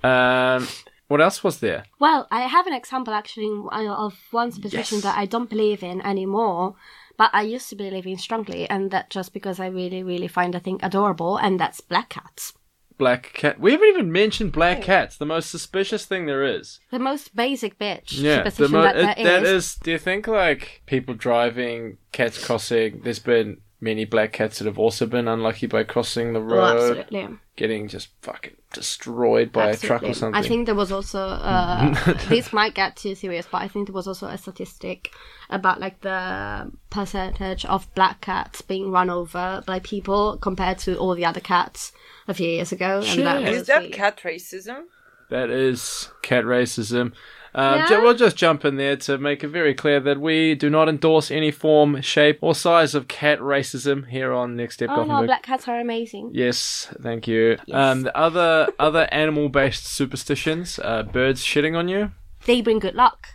Um, what else was there?
Well, I have an example actually uh, of one superstition
Yes.
that I don't believe in anymore, but I used to believe in strongly, and that just because I really, really find the thing adorable, and that's black cats.
Black cat. We haven't even mentioned
Oh.
black cats. The most suspicious thing there is.
The most basic bitch
Yeah, the
superstition
mo-
that
it-
there
that
is.
is. Do you think like people driving, cats crossing? There's been many black cats that have also been unlucky by crossing the
Oh,
road,
absolutely.
getting just fucking destroyed by a truck
Absolutely.
or something.
I think there was also
*laughs*
uh, this might get too serious, but I think there was also a statistic about like the percentage of black cats being run over by people compared to all the other cats a few years ago, and that
Shit.
was
Is that
really-
cat racism?
That is cat racism. Um,
Yeah.
ju- We'll just jump in there to make it very clear that we do not endorse any form, shape, or size of cat racism here on Next Step
Oh
Gothenburg.
no, black cats are amazing.
Yes, thank you. Um, the other
*laughs*
other animal based superstitions: uh, birds shitting on you.
They bring good luck.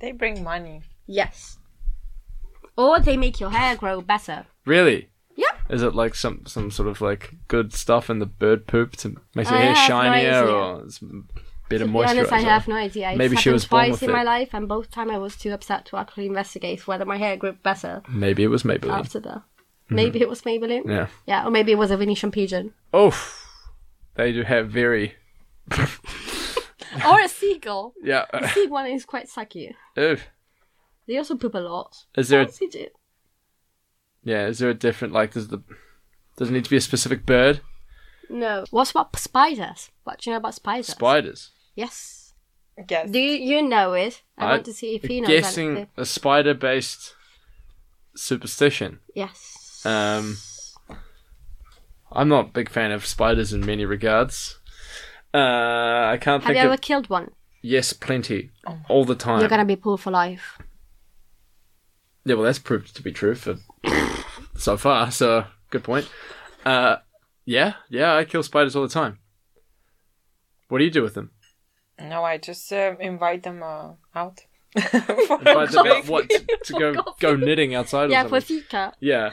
They bring money.
Yes. Or they make your hair grow better.
Really?
Yeah.
Is it like some some sort of like good stuff in the bird poop to make
I
your hair
have no
shinier
idea.
or it's better
To be
moisturizer?
honest, I have no idea. It's
Maybe she
happened
was born
twice
with
in
it.
my life, and both time I was too upset to actually investigate whether my hair grew better
Maybe it was Maybelline.
after that. Maybe it was Maybelline.
Mm-hmm. yeah.
Yeah, or maybe it was a
*laughs*
Venetian pigeon.
Oof. They do have very
Or a seagull.
yeah. *laughs* uh,
A seagull one is quite sucky.
Oof.
They also poop a lot.
Is there a,
Yes, they do.
yeah? Is there a different like? Does the does it need to be a specific bird?
No. What's about spiders? What do you know about spiders?
Spiders.
Yes.
Yes.
Do you, you know it? I, want
I-
to see if you know
guessing
anything.
a spider based superstition.
Yes.
Um, I'm not a big fan of spiders in many regards. Uh, I can't
Have
think
you
of
ever Oh. killed one?
yes, plenty all the time.
You're gonna be poor for life.
Yeah, well, that's proved to be true for *coughs* so far. So good point. Uh, yeah, yeah, I kill spiders all the time. What do you do with
*laughs*
them?
No, I just um, invite them uh, out. *laughs*
Invite them- what to, to go go knitting outside?
Yeah,
or
for
something?
Fika.
Yeah.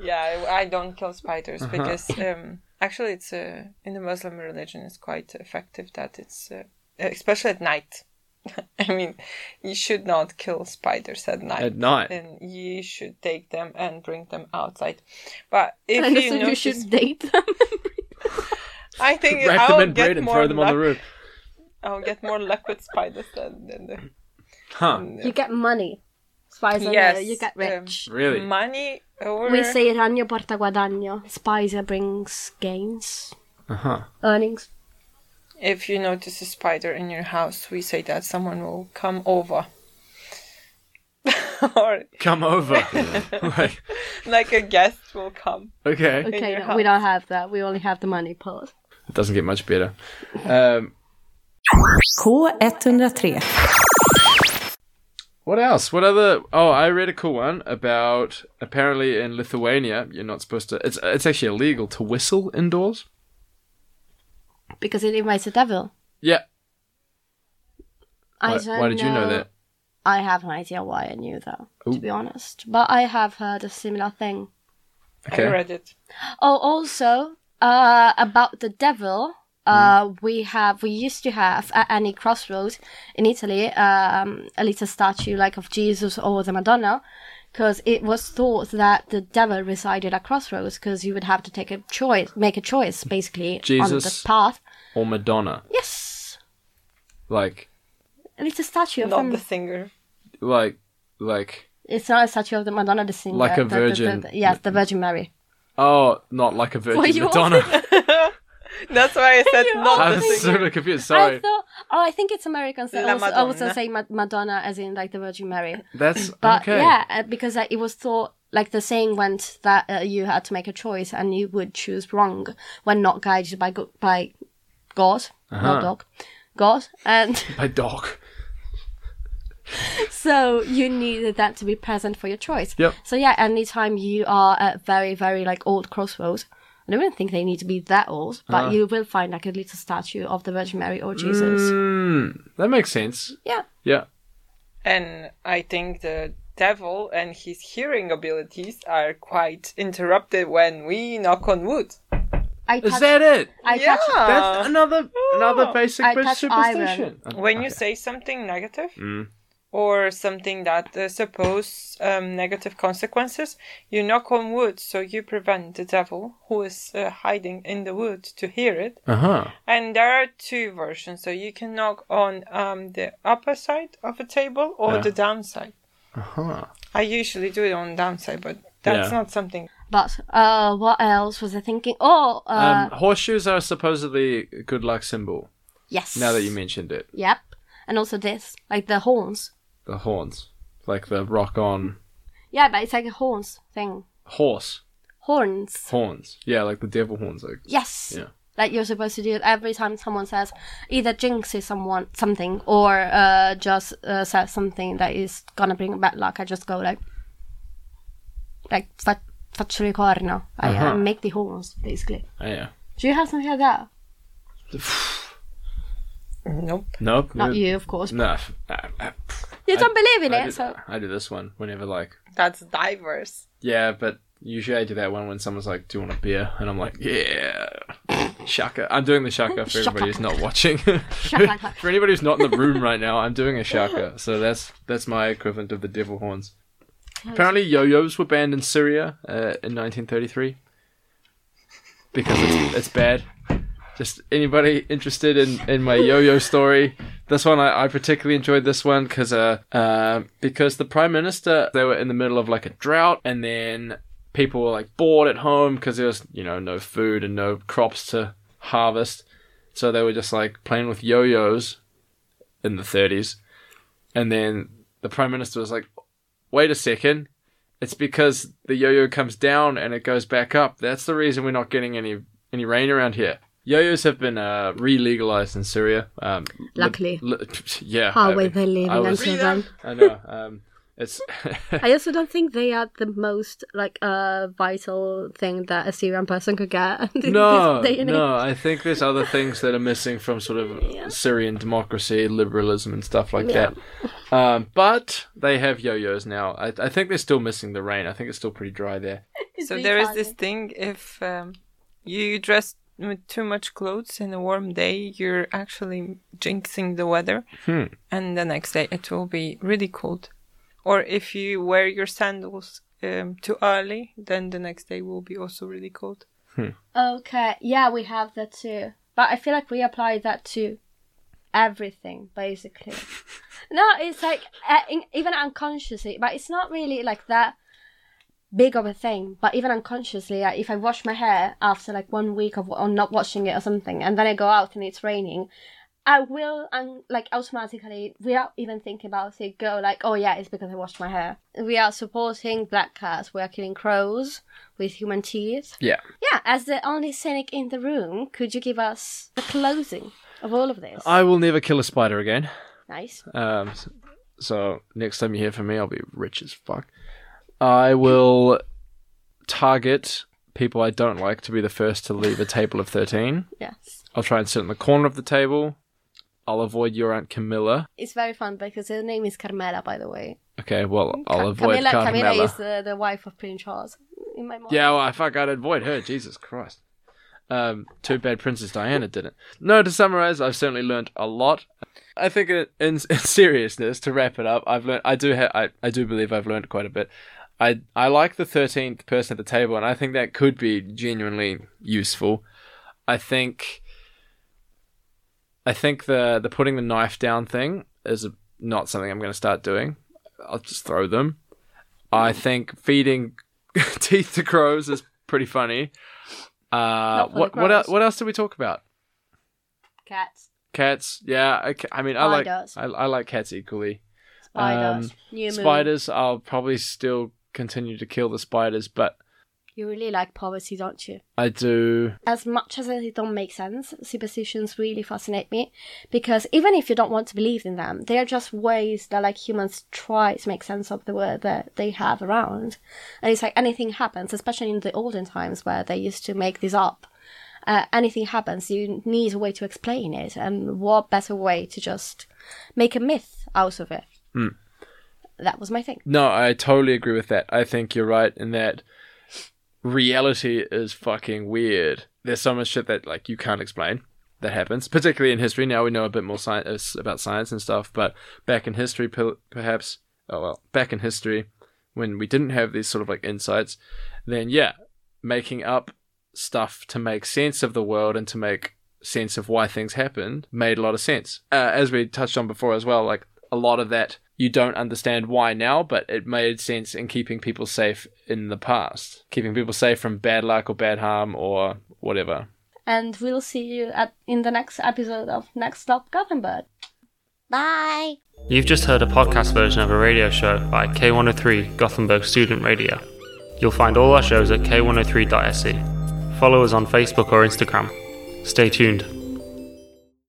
Yeah, I, I don't kill spiders
Uh-huh.
because um, actually, it's uh, in the Muslim religion, it's quite effective that it's uh, especially at night. *laughs* I mean, you should not kill spiders at night.
At night?
and you should take them and bring them outside. But if
And
you
so you
notice,
should date them.
*laughs*
*laughs*
I think
Wrap
I'll
them in
get
bread and
more
throw them
luck.
on the roof.
I'll get more luck with spiders than, than the
Huh?
you get money. Spicer,
Yes, um,
no, you get rich.
Really?
money or
we say ragno porta guadagno. Spicer brings gains,
Uh huh.
earnings.
if you notice a spider in your house, we say that someone will come over. *laughs* or
Come over.
*laughs*
*laughs* Like,
like a guest will come.
okay.
Okay,
your
no, we don't have that. We only have the money part.
It doesn't get much better. Um,
K103.
what else? What other? Oh, I read a cool one about apparently in Lithuania you're not supposed to. It's it's actually illegal to whistle indoors.
Because it invites the devil.
Yeah.
I
why,
don't
why did you know that?
I have no idea why I knew that,
Ooh.
to be honest. But I have heard a similar thing.
I
Okay.
read it.
Oh, also uh, about the devil. Uh,
Mm.
We have we used to have at any crossroads in Italy um, a little statue like of Jesus or the Madonna, because it was thought that the devil resided at crossroads because you would have to take a choice, make a choice basically on the
Jesus.
path.
Or Madonna,
Yes,
like
a little statue of
Not
them.
the singer.
like like
It's not a statue of the Madonna, the singer,
Like a
the- the- the-
virgin.
the- yes, the Virgin Mary.
oh, not like a
Were
Virgin
you also- *laughs*
Madonna.
That's why I said
I
not the
was
singer.
sort of confused.
I
Sorry.
thought, oh, I think it's Americans that
La
also, also
Madonna.
say Ma- Madonna as in like the Virgin Mary.
That's
But
okay.
yeah, uh, because uh, it was thought like the saying went that uh, you had to make a choice and you would choose wrong when not guided by go- by God,
Uh-huh.
not dog, God, and *laughs*
My dog.
so you needed that to be present for your choice.
Yep.
So yeah, anytime you are at very very like old crossroads, I don't even think they need to be that old, but
Ah.
you will find like a little statue of the Virgin Mary or Jesus.
Mm, that makes sense.
Yeah.
Yeah.
And I think the devil and his hearing abilities are quite interrupted when we knock on wood.
I
Is
touch,
that it?
I
yeah.
touch
That's another another basic
I
British
touch
superstition. Oh,
when you
okay.
say something negative
Mm.
or something that uh, suppose um, negative consequences, you knock on wood so you prevent the devil who is uh, hiding in the wood to hear it.
Uh-huh.
And there are two versions, so you can knock on um, the upper side of a table or
Yeah.
the downside.
Uh-huh.
I usually do it on downside, but that's
Yeah.
not something.
But uh, what else was I thinking? Oh, uh,
um, horseshoes are supposedly a good luck symbol.
yes.
Now that you mentioned it,
Yep. And also this, like the horns.
the horns, like the rock on
Yeah, but it's like a horns thing.
horse
Horns.
horns. Yeah, like the devil horns. Like
Yes.
Yeah.
Like you're supposed to do it every time someone says either jinxes someone something or uh, just uh, says something that is gonna bring bad luck. I just go like, like fa- faccio le corna. I uh,
Uh-huh.
make the horns basically.
oh, yeah.
Do you have something like that?
Nope.
Nope.
Not you, of course.
No. f- I- I-
You
I-
don't believe in
I
it,
do,
so
I do this one whenever like
That's diverse.
yeah, but usually I do that one when someone's like, "Do you want a beer?" and I'm like,
*laughs*
"Yeah." Shaka. I'm doing the shaka for
Shaka.
everybody who's not watching. *laughs*
Shaka.
for anybody who's not in the room right now, I'm doing a shaka. So that's that's my equivalent of the devil horns. Apparently, yo-yos were banned in Syria uh, in 1933 because it's, it's bad. Just anybody interested in, in my yo-yo story? This one I, I particularly enjoyed this one because uh, uh, because the prime minister they were in the middle of like a drought and then people were like bored at home because there was you know no food and no crops to harvest, so they were just like playing with yo-yos in the 30s, and then the prime minister was like, "Wait a second, it's because the yo-yo comes down and it goes back up. That's the reason we're not getting any any rain around here." Yo-yos have been uh, re-legalized in Syria. Um, li-
Luckily.
li- *laughs* yeah.
how
I-
will they live
I was-
until then?
*laughs* I know. Um, it's *laughs*
I also don't think they are the most like uh, vital thing that a Syrian person could get. *laughs* in
no,
this day and
no.
age. *laughs*
I think there's other things that are missing from sort of Syrian democracy, liberalism, and stuff like that. Um, but they have yo-yos now. I, I think they're still missing the rain. I think it's still pretty dry there.
so there is this thing if um, you dress with too much clothes in a warm day, you're actually jinxing the weather, and the next day it will be really cold. Or if you wear your sandals um, too early, then the next day will be also really cold.
Okay, yeah, we have that too. But I feel like we apply that to everything, basically. no, it's like uh, in, even unconsciously, but it's not really like that big of a thing. But even unconsciously, like, if I wash my hair after like one week of or not washing it or something, and then I go out and it's raining, I will um, like automatically without even thinking about it go like, oh yeah, it's because I washed my hair. We are supporting black cats. We are killing crows with human teeth.
Yeah.
Yeah, as the only cynic in the room, could you give us the closing of all of this?
I will never kill a spider again.
nice.
Um, s- so next time you hear from me, I'll be rich as fuck. I will target people I don't like to be the first to leave a table of thirteen.
Yes.
I'll try and sit in the corner of the table. I'll avoid your aunt Camilla.
It's very fun because her name is Carmela, by the way.
Okay, well, I'll
Mm, Ca-
avoid Camilla.
Camilla is the, the wife of Prince Charles in my mind.
Yeah, well, I fuck, I'd avoid her. Jesus Christ. Um, too bad Princess Diana didn't. No, to summarize, I've certainly learned a lot. I think, in, in, in seriousness, to wrap it up, I've learned. I do have. I, I do believe I've learned quite a bit. I I like the thirteenth person at the table, and I think that could be genuinely useful. I think. I think the the putting the knife down thing is a, not something I'm going to start doing. I'll just throw them. I
Mm.
think feeding *laughs* teeth to crows is pretty funny. Uh,
Not for
what
the
what el-
crows.
what else did we talk about?
Cats,
Cats. Yeah, I, ca- I mean, I like
Spiders.
I, I like cats equally. Um,
spiders, new moon.
Spiders. I'll probably still continue to kill the spiders, but
You really like poverty, don't you?
I do.
as much as they don't make sense, superstitions really fascinate me because even if you don't want to believe in them, they are just ways that like humans try to make sense of the world that they have around. And it's like anything happens, especially in the olden times where they used to make this up. Uh, anything happens, you need a way to explain it, and what better way to just make a myth out of it? That was my thing.
No, I totally agree with that. I think you're right in that reality is fucking weird. There's so much shit that like you can't explain that happens, particularly in history. Now we know a bit more science about science and stuff, but back in history, per- perhaps. Oh well, back in history, when we didn't have these sort of like insights, then yeah, making up stuff to make sense of the world and to make sense of why things happened made a lot of sense. Uh, as we touched on before as well, like a lot of that you don't understand why now, but it made sense in keeping people safe in the past, keeping people safe from bad luck or bad harm or whatever.
And we'll see you at in the next episode of Next Stop Gothenburg. Bye.
You've just heard a podcast version of a radio show by K103 Gothenburg Student Radio. You'll find oh E. all our shows at k103.se. Follow us on Facebook or Instagram. Stay tuned.